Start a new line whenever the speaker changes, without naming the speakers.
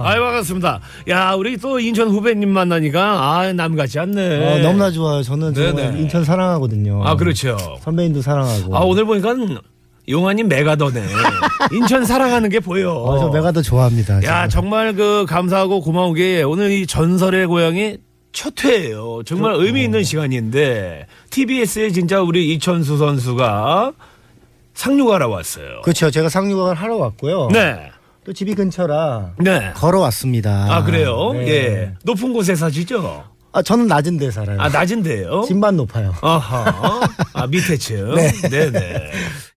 아유 반갑습니다. 야 우리 또 인천 후배님 만나니까 아 남 같지 않네.
어, 너무나 좋아요. 저는
네네.
정말 인천 사랑하거든요.
아 그렇죠.
선배님도 사랑하고.
아 오늘 보니까 용환님 메가더네. 인천 사랑하는 게 보여.
어, 저 메가더 좋아합니다.
야
진짜.
정말 그 감사하고 고마운 게 오늘 이 전설의 고향이 첫 회예요. 정말 의미 있는 시간인데 TBS에 진짜 우리 이천수 선수가 상륙하러 왔어요.
그렇죠. 제가 상륙을 하러 왔고요.
네,
또 집이 근처라
네.
걸어왔습니다.
아 그래요?
네.
예. 높은 곳에 사시죠?
아 저는 낮은 데 살아요.
아 낮은데요?
집만 높아요.
아하. 아, 밑에 층. 네. 네네.